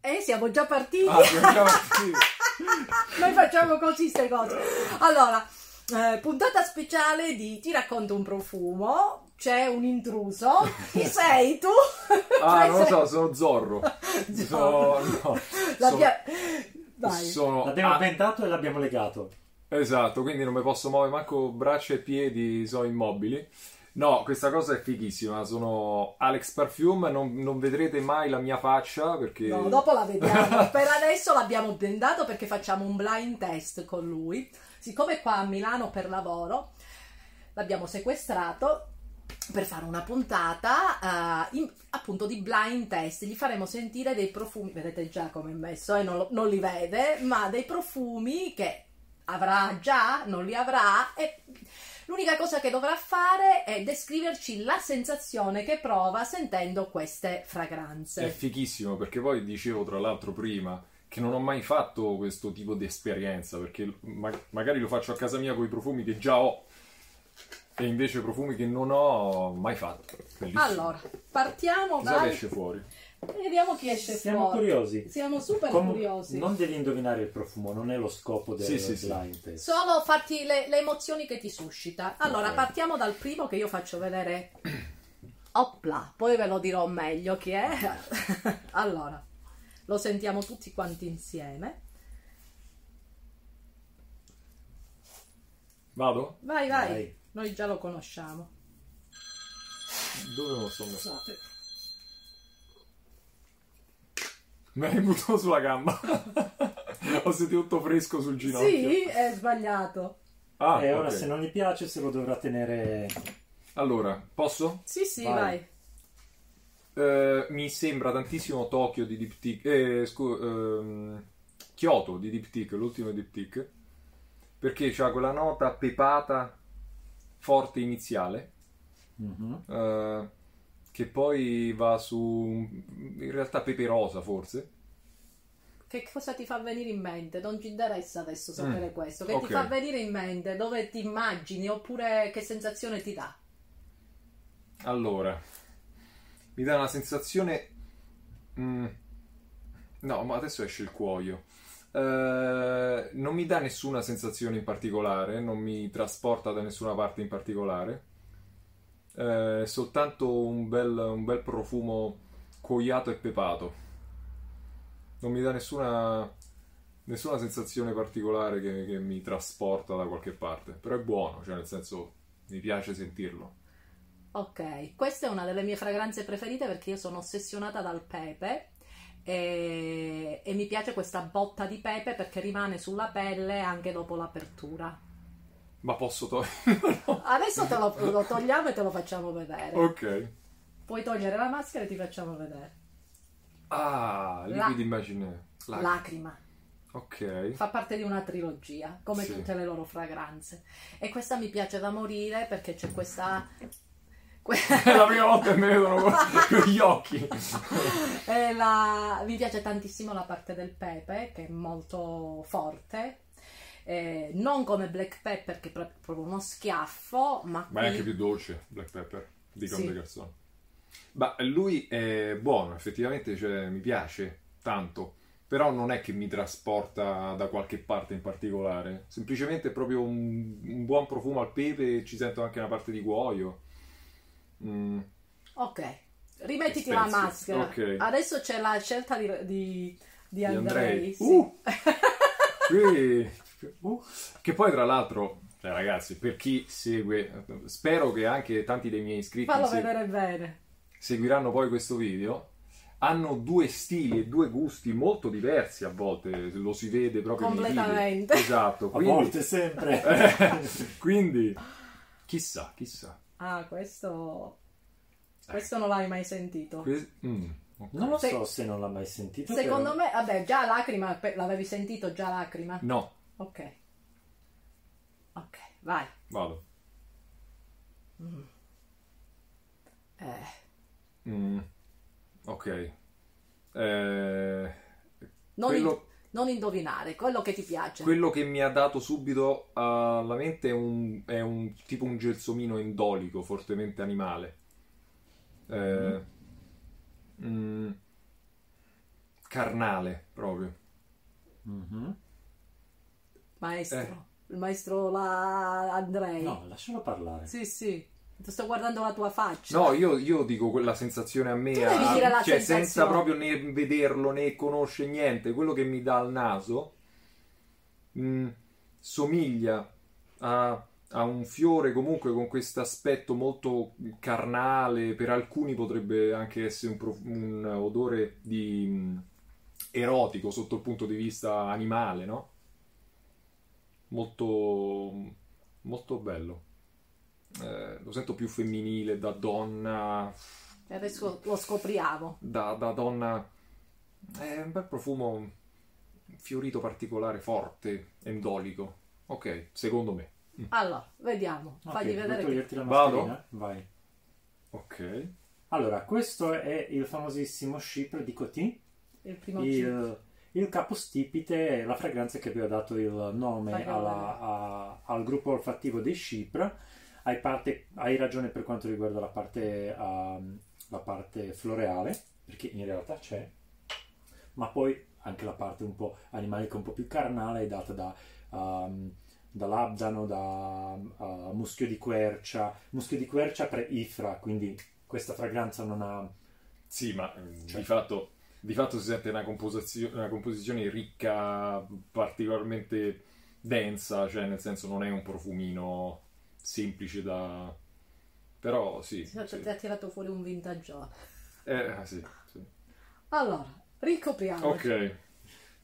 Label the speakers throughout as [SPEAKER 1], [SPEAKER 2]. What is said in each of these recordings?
[SPEAKER 1] Eh, siamo già partiti.
[SPEAKER 2] Ah, abbiamo già partito.
[SPEAKER 1] Noi facciamo così queste cose. Allora, eh, puntata speciale di Ti racconto un profumo. C'è un intruso. Chi sei tu?
[SPEAKER 2] Ah,
[SPEAKER 1] Cioè,
[SPEAKER 2] non lo
[SPEAKER 1] sei-
[SPEAKER 2] so, sono Zorro. Sono, no,
[SPEAKER 1] La
[SPEAKER 2] sono-
[SPEAKER 1] via- Vai.
[SPEAKER 2] sono-
[SPEAKER 3] L'abbiamo
[SPEAKER 2] ah,
[SPEAKER 3] avventato e l'abbiamo legato.
[SPEAKER 2] esatto, quindi non mi posso muovere manco braccia e piedi, sono immobili. No, questa cosa è fighissima. Sono Alex Parfume, non, non vedrete mai la mia faccia perché...
[SPEAKER 1] No, dopo la vediamo. per adesso l'abbiamo blendato perché facciamo un blind test con lui. Siccome è qua a Milano per lavoro, l'abbiamo sequestrato per fare una puntata eh, in- appunto di blind test. Gli faremo sentire dei profumi, vedete già come è messo e non, lo- non li vede, ma dei profumi che avrà già, non li avrà e l'unica cosa che dovrà fare è descriverci la sensazione che prova sentendo queste fragranze.
[SPEAKER 2] È fighissimo perché poi dicevo tra l'altro prima che non ho mai fatto questo tipo di esperienza perché ma- magari lo faccio a casa mia con i profumi che già ho e invece profumi che non ho mai fatto. Bellissimo.
[SPEAKER 1] Allora, partiamo
[SPEAKER 2] Chissà che
[SPEAKER 1] dal...
[SPEAKER 2] esce fuori.
[SPEAKER 1] Vediamo chi esce
[SPEAKER 3] Siamo
[SPEAKER 1] fuori.
[SPEAKER 3] curiosi.
[SPEAKER 1] Siamo super
[SPEAKER 3] Com-
[SPEAKER 1] curiosi.
[SPEAKER 3] Non devi indovinare il profumo, non è lo scopo del
[SPEAKER 2] Sì, sì, sì.
[SPEAKER 3] blind test.
[SPEAKER 1] Solo farti le, le emozioni che ti suscita. Allora,
[SPEAKER 2] Ok.
[SPEAKER 1] partiamo dal primo che io faccio vedere. Opla, poi ve lo dirò meglio chi è. allora, lo sentiamo tutti quanti insieme.
[SPEAKER 2] Vado?
[SPEAKER 1] Vai, vai.
[SPEAKER 3] Vai.
[SPEAKER 1] Noi già lo conosciamo.
[SPEAKER 2] Dove me lo sto messo? Me l'hai buttato sulla gamba. ho sentito tutto fresco sul ginocchio.
[SPEAKER 1] Sì, è sbagliato.
[SPEAKER 2] Ah,
[SPEAKER 3] e Eh, ora
[SPEAKER 2] ok.
[SPEAKER 3] se non gli piace se lo dovrà tenere...
[SPEAKER 2] Allora, posso?
[SPEAKER 1] Sì, sì, vai.
[SPEAKER 3] Vai.
[SPEAKER 2] Eh, mi sembra tantissimo Tokyo di Diptyque, eh, scu- ehm, Kyoto di Diptyque, l'ultimo Diptyque, perché c'ha quella nota pepata forte iniziale,
[SPEAKER 3] Mhm.
[SPEAKER 2] eh, che poi va su, in realtà peperosa forse,
[SPEAKER 1] Che cosa ti fa venire in mente? Non ci interessa adesso sapere
[SPEAKER 2] Mm,
[SPEAKER 1] questo. Che
[SPEAKER 2] ok.
[SPEAKER 1] ti fa venire in mente? Dove ti immagini? Oppure che sensazione ti dà?
[SPEAKER 2] Allora, mi dà una sensazione. mm, No, ma adesso esce il cuoio. Eh, non mi dà nessuna sensazione in particolare, non mi trasporta da nessuna parte in particolare. Eh, È soltanto un bel, un bel profumo cuoiato e pepato. Non mi dà nessuna, nessuna sensazione particolare che, che mi trasporta da qualche parte. Però è buono, cioè nel senso mi piace sentirlo.
[SPEAKER 1] Ok, questa è una delle mie fragranze preferite perché io sono ossessionata dal pepe e, e mi piace questa botta di pepe perché rimane sulla pelle anche dopo l'apertura.
[SPEAKER 2] Ma posso togliere?
[SPEAKER 1] Adesso te lo, lo togliamo e te lo facciamo vedere.
[SPEAKER 2] ok.
[SPEAKER 1] Puoi togliere la maschera e ti facciamo vedere.
[SPEAKER 2] Ah,
[SPEAKER 1] La-
[SPEAKER 2] liquidi immagineo. La-
[SPEAKER 1] Lacrima.
[SPEAKER 2] Ok.
[SPEAKER 1] Fa parte di una trilogia, come
[SPEAKER 2] Sì.
[SPEAKER 1] tutte le loro fragranze. E questa mi piace da morire perché c'è questa... que-
[SPEAKER 2] È la prima volta che mi vedono con, con gli occhi.
[SPEAKER 1] E la- Mi piace tantissimo la parte del pepe, che è molto forte. Eh, non come black pepper, che è pro- proprio uno schiaffo, ma,
[SPEAKER 2] Ma è
[SPEAKER 1] qui-
[SPEAKER 2] anche più dolce, Black Pepper, di
[SPEAKER 1] Sì.
[SPEAKER 2] Comme des Garçons. Ma lui è buono, effettivamente cioè, mi piace tanto. Però non è che mi trasporta da qualche parte in particolare. Semplicemente è proprio un, un buon profumo al pepe e ci sento anche una parte di cuoio. Mm,
[SPEAKER 1] Ok, rimettiti la
[SPEAKER 2] Expensive.
[SPEAKER 1] maschera.
[SPEAKER 2] Ok.
[SPEAKER 1] Adesso c'è la scelta di, di- di
[SPEAKER 2] Di
[SPEAKER 1] Andrei.
[SPEAKER 2] Andrei.
[SPEAKER 1] sì.
[SPEAKER 2] Uh! Qui- uh, Che poi, tra l'altro, cioè, ragazzi, per chi segue, spero che anche tanti dei miei iscritti
[SPEAKER 1] Fallo
[SPEAKER 2] se-
[SPEAKER 1] vedere bene.
[SPEAKER 2] seguiranno poi questo video. Hanno due stili e due gusti molto diversi a volte, lo si vede proprio nei video.
[SPEAKER 1] Completamente.
[SPEAKER 2] Esatto,
[SPEAKER 3] A
[SPEAKER 2] quindi,
[SPEAKER 3] volte sempre.
[SPEAKER 2] quindi chissà, chissà.
[SPEAKER 1] Ah, questo... Questo non l'hai mai sentito.
[SPEAKER 2] Que- mm, ok.
[SPEAKER 3] non lo
[SPEAKER 1] Se-
[SPEAKER 3] so se non l'ha mai sentito.
[SPEAKER 1] Secondo
[SPEAKER 3] però-
[SPEAKER 1] me, vabbè, già lacrima, pe- l'avevi sentito già lacrima?
[SPEAKER 2] No,
[SPEAKER 1] Ok. Ok, vai.
[SPEAKER 2] vado.
[SPEAKER 1] Eh.
[SPEAKER 2] Mm, ok. Eh,
[SPEAKER 1] Non,
[SPEAKER 2] Quello-
[SPEAKER 1] ind- non indovinare, quello che ti piace.
[SPEAKER 2] Quello che mi ha dato subito eh, alla mente è un, è un- tipo un gelsomino endolico, fortemente animale. Eh, mm, carnale proprio.
[SPEAKER 3] Mhm.
[SPEAKER 1] Maestro.
[SPEAKER 2] eh.
[SPEAKER 1] Il maestro la... Andrei.
[SPEAKER 3] No, lascialo parlare.
[SPEAKER 1] Sì, sì. Ti sto guardando la tua faccia.
[SPEAKER 2] No, io, io dico quella sensazione a me,
[SPEAKER 1] Tu devi
[SPEAKER 2] a-
[SPEAKER 1] dire la
[SPEAKER 2] cioè
[SPEAKER 1] sensazione.
[SPEAKER 2] senza proprio né vederlo né conoscere niente, quello che mi dà al naso mh, somiglia a, a un fiore comunque con questo aspetto molto carnale, per alcuni potrebbe anche essere un, prof- un odore di mh, erotico sotto il punto di vista animale, no? Molto, molto bello. Eh, lo sento più femminile, da donna,
[SPEAKER 1] E adesso lo scopriamo.
[SPEAKER 2] da, da donna. È un bel profumo fiorito particolare, forte, endolico. Ok, secondo me.
[SPEAKER 1] Allora, vediamo.
[SPEAKER 3] Ok,
[SPEAKER 1] Fagli
[SPEAKER 3] vuoi
[SPEAKER 1] vedere. che-
[SPEAKER 3] toglierti la
[SPEAKER 2] Vado?
[SPEAKER 3] mascherina? Vai.
[SPEAKER 2] Ok.
[SPEAKER 3] Allora, questo è il famosissimo Chypre di Coty,
[SPEAKER 1] Il primo cibo.
[SPEAKER 3] il, il capostipite, la fragranza che aveva dato il
[SPEAKER 1] Fai
[SPEAKER 3] nome alla-
[SPEAKER 1] vedere.
[SPEAKER 3] a- al gruppo olfattivo dei Chypre. Hai, parte- hai ragione per quanto riguarda la parte, ehm, la parte floreale, perché in realtà c'è, ma poi anche la parte un po' animalica, un po' più carnale è data da, ehm, da labdano, da eh, muschio di quercia, muschio di quercia pre-ifra, quindi questa fragranza non ha...
[SPEAKER 2] Sì, ma ehm,
[SPEAKER 3] Cioè-
[SPEAKER 2] di, fatto, di fatto si sente una, composizio- una composizione ricca, particolarmente densa, cioè nel senso non è un profumino semplice da... Però sì.
[SPEAKER 1] Ti
[SPEAKER 2] sì.
[SPEAKER 1] ti ha tirato fuori un vintaggio.
[SPEAKER 2] Eh, sì, sì.
[SPEAKER 1] Allora, ricopriamo.
[SPEAKER 2] Ok.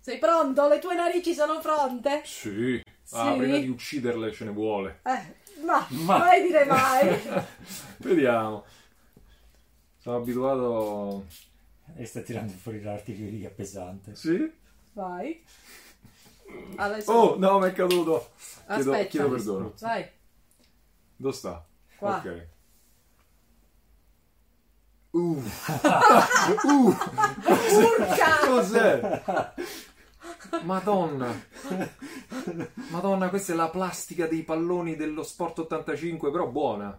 [SPEAKER 1] Sei pronto? Le tue narici sono pronte?
[SPEAKER 2] Sì. Ah,
[SPEAKER 1] Sì?
[SPEAKER 2] prima di ucciderle ce ne vuole.
[SPEAKER 1] Eh, ma,
[SPEAKER 3] Ma-
[SPEAKER 1] mai dire mai.
[SPEAKER 2] Vediamo. Sono abituato.
[SPEAKER 3] E sta tirando fuori l'artiglieria pesante.
[SPEAKER 2] Sì?
[SPEAKER 1] Vai. Adesso...
[SPEAKER 2] Oh, no, mi è caduto. Chiedo,
[SPEAKER 1] Aspetta.
[SPEAKER 2] chiedo perdono.
[SPEAKER 1] Vai,
[SPEAKER 2] Dove sta?
[SPEAKER 1] qua.
[SPEAKER 2] Ok. Uh. Uh,
[SPEAKER 1] Urca!
[SPEAKER 2] cos'è? Madonna. Madonna, questa è la plastica dei palloni dello Sport 85, però buona.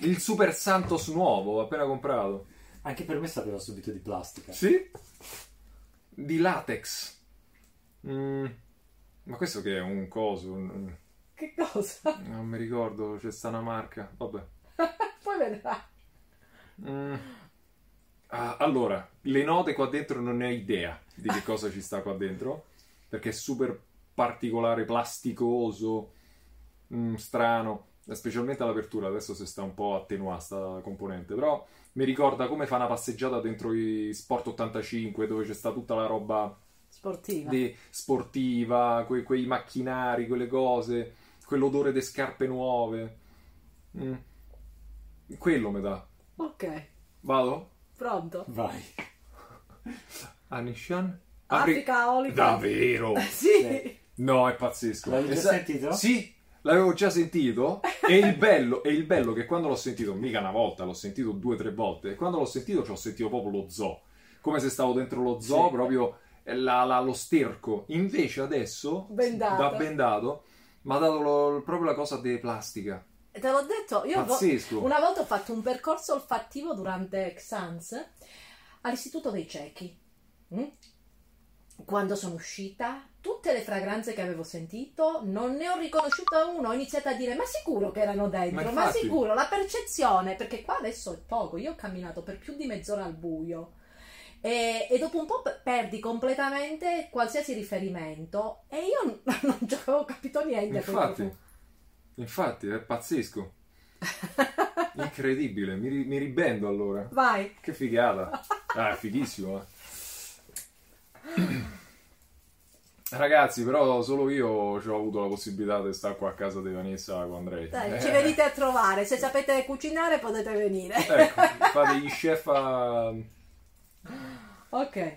[SPEAKER 2] Il Super Santos nuovo, appena comprato.
[SPEAKER 3] Anche per me sapeva subito di plastica.
[SPEAKER 2] Sì? Di latex. Mm, Ma questo che è un coso? Un-
[SPEAKER 1] Che cosa?
[SPEAKER 2] Non mi ricordo, c'è sta una marca. Vabbè.
[SPEAKER 1] Poi vedrai.
[SPEAKER 2] Mm. Ah, allora, le note qua dentro non ne ho idea di che cosa ci sta qua dentro. Perché è super particolare, plasticoso, mm, strano. Specialmente all'apertura, adesso si sta un po' attenuata sta componente. Però mi ricorda come fa una passeggiata dentro i Sport 85, dove c'è sta tutta la roba...
[SPEAKER 1] Sportiva.
[SPEAKER 2] di sportiva, que- quei macchinari, quelle cose, quell'odore di scarpe nuove. Mm. Quello mi dà.
[SPEAKER 1] Ok,
[SPEAKER 2] Vado?
[SPEAKER 1] pronto.
[SPEAKER 3] Vai.
[SPEAKER 2] Anishan?
[SPEAKER 1] Africa Olive.
[SPEAKER 2] Davvero?
[SPEAKER 1] Sì.
[SPEAKER 3] Sì.
[SPEAKER 2] No, è pazzesco.
[SPEAKER 3] L'avevi
[SPEAKER 2] E
[SPEAKER 3] già
[SPEAKER 2] sa-
[SPEAKER 3] sentito?
[SPEAKER 2] Sì, l'avevo già sentito. E il bello, e il bello che quando l'ho sentito, mica una volta, l'ho sentito due o tre volte. E quando l'ho sentito, ci ho sentito proprio lo zoo. Come se stavo dentro lo zoo,
[SPEAKER 3] Sì.
[SPEAKER 2] proprio eh, la- la- lo sterco. Invece adesso,
[SPEAKER 1] Bendato.
[SPEAKER 2] da bendato, mi ha dato lo- proprio la cosa di plastica.
[SPEAKER 1] Te l'ho detto, io vo-
[SPEAKER 2] Pazzesco.
[SPEAKER 1] una volta ho fatto un percorso olfattivo durante Xans all'Istituto dei Ciechi. Mm? Quando sono uscita, tutte le fragranze che avevo sentito, non ne ho riconosciuta una, ho iniziato a dire ma sicuro che erano dentro,
[SPEAKER 2] Ma
[SPEAKER 1] ma,
[SPEAKER 2] infatti.
[SPEAKER 1] sicuro, la percezione, perché qua adesso è poco, io ho camminato per più di mezz'ora al buio. E, e dopo un po' p- perdi completamente qualsiasi riferimento e io non ci avevo capito niente. a quel
[SPEAKER 2] Infatti,
[SPEAKER 1] profumo.
[SPEAKER 2] infatti, è pazzesco. Incredibile, mi, ri- mi ribendo allora.
[SPEAKER 1] Vai.
[SPEAKER 2] Che figata! Ah, è fighissimo, eh. Ragazzi, però solo io ho avuto la possibilità di stare qua a casa di Vanessa con Andrei.
[SPEAKER 1] Dai,
[SPEAKER 2] Eh,
[SPEAKER 1] ci venite a trovare, se sapete cucinare potete venire.
[SPEAKER 2] Ecco, fate gli chef a...
[SPEAKER 1] Ok,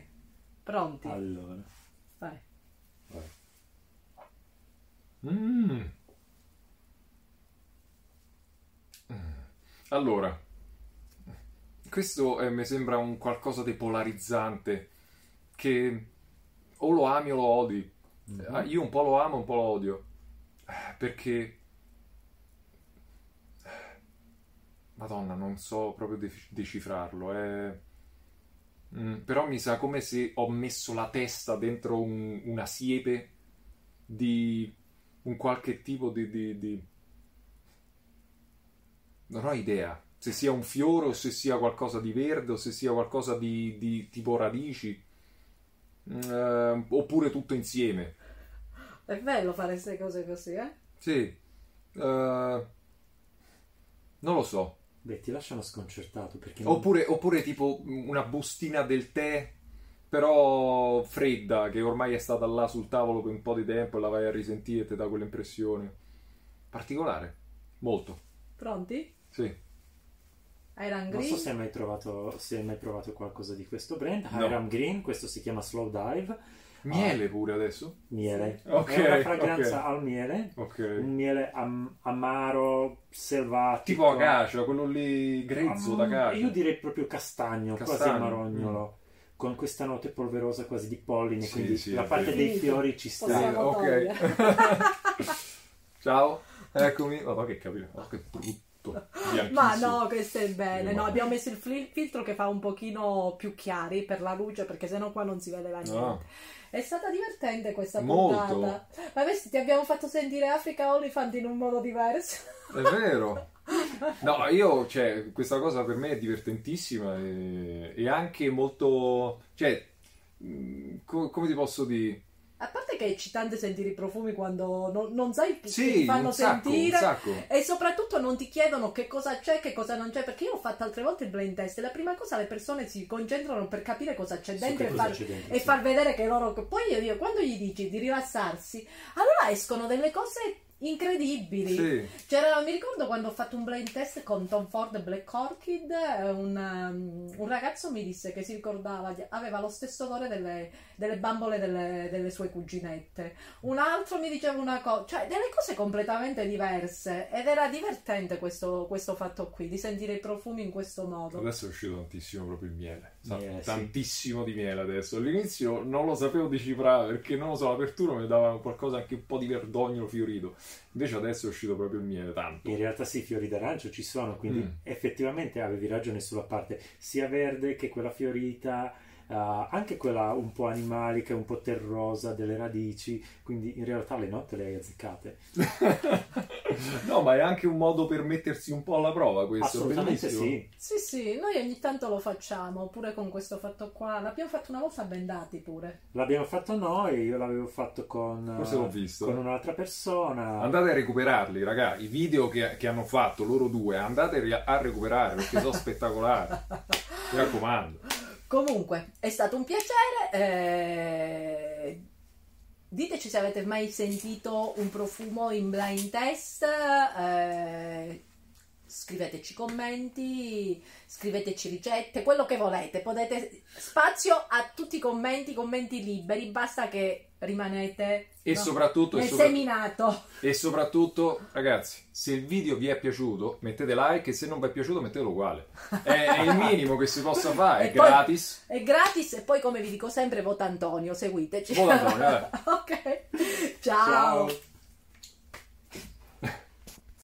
[SPEAKER 1] pronti.
[SPEAKER 3] Allora.
[SPEAKER 1] Vai.
[SPEAKER 3] Vai.
[SPEAKER 2] Mm. Allora, questo eh, mi sembra un qualcosa di polarizzante che o lo ami o lo odi.
[SPEAKER 3] Mm-hmm.
[SPEAKER 2] Ah, Io un po' lo amo, un po' lo odio. Eh, Perché... Madonna, non so proprio def- decifrarlo. È... eh. Mm, però mi sa come se ho messo la testa dentro un- una siepe di un qualche tipo di, di- di- Non ho idea se sia un fiore o se sia qualcosa di verde o se sia qualcosa di, di tipo radici. Mm, eh, oppure tutto insieme.
[SPEAKER 1] È bello fare queste cose così, eh?
[SPEAKER 2] Sì. Eh, non lo so.
[SPEAKER 3] Beh, ti lasciano sconcertato perché... non-
[SPEAKER 2] Oppure, oppure tipo una bustina del tè, però fredda, che ormai è stata là sul tavolo per un po' di tempo e la vai a risentire e ti dà quell'impressione. Particolare. Molto.
[SPEAKER 1] Pronti?
[SPEAKER 2] Sì.
[SPEAKER 1] Iron
[SPEAKER 3] Non
[SPEAKER 1] Green.
[SPEAKER 3] so se hai mai trovato, se hai mai provato qualcosa di questo brand.
[SPEAKER 2] No.
[SPEAKER 3] Hiram Green, questo si chiama Slow Dive.
[SPEAKER 2] Miele pure adesso?
[SPEAKER 3] Miele.
[SPEAKER 2] Sì. Ok,
[SPEAKER 3] È una fragranza
[SPEAKER 2] ok.
[SPEAKER 3] al miele.
[SPEAKER 2] Ok.
[SPEAKER 3] Un miele am- amaro, selvatico.
[SPEAKER 2] Tipo acacia, quello lì grezzo
[SPEAKER 1] Mm,
[SPEAKER 3] Am-
[SPEAKER 2] d'acacia.
[SPEAKER 3] Io direi proprio castagno, quasi
[SPEAKER 2] Castagno, Mm.
[SPEAKER 3] marognolo. Con questa note polverosa quasi di polline,
[SPEAKER 2] Sì,
[SPEAKER 3] quindi
[SPEAKER 2] sì,
[SPEAKER 3] la
[SPEAKER 2] è
[SPEAKER 3] parte
[SPEAKER 2] vero.
[SPEAKER 3] dei
[SPEAKER 1] Finito.
[SPEAKER 3] fiori ci sta.
[SPEAKER 1] Possiamo-
[SPEAKER 2] ok.
[SPEAKER 1] togliere.
[SPEAKER 2] Ciao, eccomi. Ma che capire? Oh, che brutto.
[SPEAKER 1] Ma
[SPEAKER 2] Bianchissimo.
[SPEAKER 1] no, questo è bene.
[SPEAKER 2] Sì,
[SPEAKER 1] No,
[SPEAKER 2] ma-
[SPEAKER 1] abbiamo messo il fil- filtro che fa un pochino più chiari per la luce, perché sennò qua non si vedeva niente.
[SPEAKER 2] No.
[SPEAKER 1] È stata divertente questa
[SPEAKER 2] Molto.
[SPEAKER 1] puntata. Ma vedi, ti abbiamo fatto sentire Africa Olifant in un modo diverso.
[SPEAKER 2] È vero. No, io, cioè, questa cosa per me è divertentissima e, e anche molto, cioè, mh, co- come ti posso dire?
[SPEAKER 1] A parte che è eccitante sentire i profumi quando non, non sai chi
[SPEAKER 2] Sì,
[SPEAKER 1] ti fanno
[SPEAKER 2] un sacco, un
[SPEAKER 1] sentire.
[SPEAKER 2] sacco.
[SPEAKER 1] E soprattutto non ti chiedono che cosa c'è, che cosa non c'è, perché io ho fatto altre volte il blind test e la prima cosa le persone si concentrano per capire cosa c'è
[SPEAKER 3] Su
[SPEAKER 1] dentro
[SPEAKER 3] che
[SPEAKER 1] e
[SPEAKER 3] cosa
[SPEAKER 1] far,
[SPEAKER 3] c'è dentro,
[SPEAKER 1] e
[SPEAKER 3] sì.
[SPEAKER 1] far vedere che loro... Poi io, io quando gli dici di rilassarsi, allora escono delle cose incredibili.
[SPEAKER 2] Sì,
[SPEAKER 1] C'era, mi ricordo quando ho fatto un blind test con Tom Ford e Black Orchid, eh, un, um, un ragazzo mi disse che si ricordava, di- aveva lo stesso odore delle, delle bambole delle, delle sue cuginette. Un altro mi diceva una cosa, cioè delle cose completamente diverse ed era divertente questo, questo fatto qui, di sentire i profumi in questo modo.
[SPEAKER 2] adesso è uscito tantissimo proprio il miele, Sa-
[SPEAKER 3] Miele, sì.
[SPEAKER 2] tantissimo di miele adesso. All'inizio non lo sapevo decifrare perché non lo so, l'apertura mi dava qualcosa anche un po' di verdognolo fiorito, invece adesso è uscito proprio il miele, tanto.
[SPEAKER 3] In realtà sì, i fiori d'arancio ci sono, quindi
[SPEAKER 2] Mm.
[SPEAKER 3] effettivamente avevi ragione sulla parte sia verde che quella fiorita, eh, anche quella un po' animalica, un po' terrosa delle radici, quindi in realtà le note le hai azzeccate.
[SPEAKER 2] no, ma è anche un modo per mettersi un po' alla prova questo.
[SPEAKER 3] Assolutamente
[SPEAKER 2] bellissimo.
[SPEAKER 3] sì.
[SPEAKER 1] Sì, sì, noi ogni tanto lo facciamo, pure con questo fatto qua. L'abbiamo fatto una volta a Bendati pure.
[SPEAKER 3] L'abbiamo fatto noi, io l'avevo fatto con, eh,
[SPEAKER 2] Forse l'ho visto.
[SPEAKER 3] con un'altra persona.
[SPEAKER 2] Andate a recuperarli, raga. I video che, che hanno fatto loro due, andate ri- a recuperare perché sono spettacolari. Mi raccomando.
[SPEAKER 1] Comunque, è stato un piacere. eh, Diteci se avete mai sentito un profumo in blind test. eh, Scriveteci commenti, scriveteci ricette, quello che volete. Potete spazio a tutti i commenti, commenti liberi, basta che rimanete
[SPEAKER 2] E
[SPEAKER 1] no,
[SPEAKER 2] soprattutto, e,
[SPEAKER 1] nel
[SPEAKER 2] sopra-
[SPEAKER 1] seminato.
[SPEAKER 2] e soprattutto, ragazzi, se il video vi è piaciuto, mettete like e se non vi è piaciuto, mettetelo uguale. È, è il minimo che si possa fare,
[SPEAKER 1] E
[SPEAKER 2] è
[SPEAKER 1] poi-
[SPEAKER 2] gratis.
[SPEAKER 1] È gratis e poi come vi dico sempre vota Antonio, seguiteci.
[SPEAKER 2] Vota Antonio, eh.
[SPEAKER 1] ok. Ciao.
[SPEAKER 3] Ciao.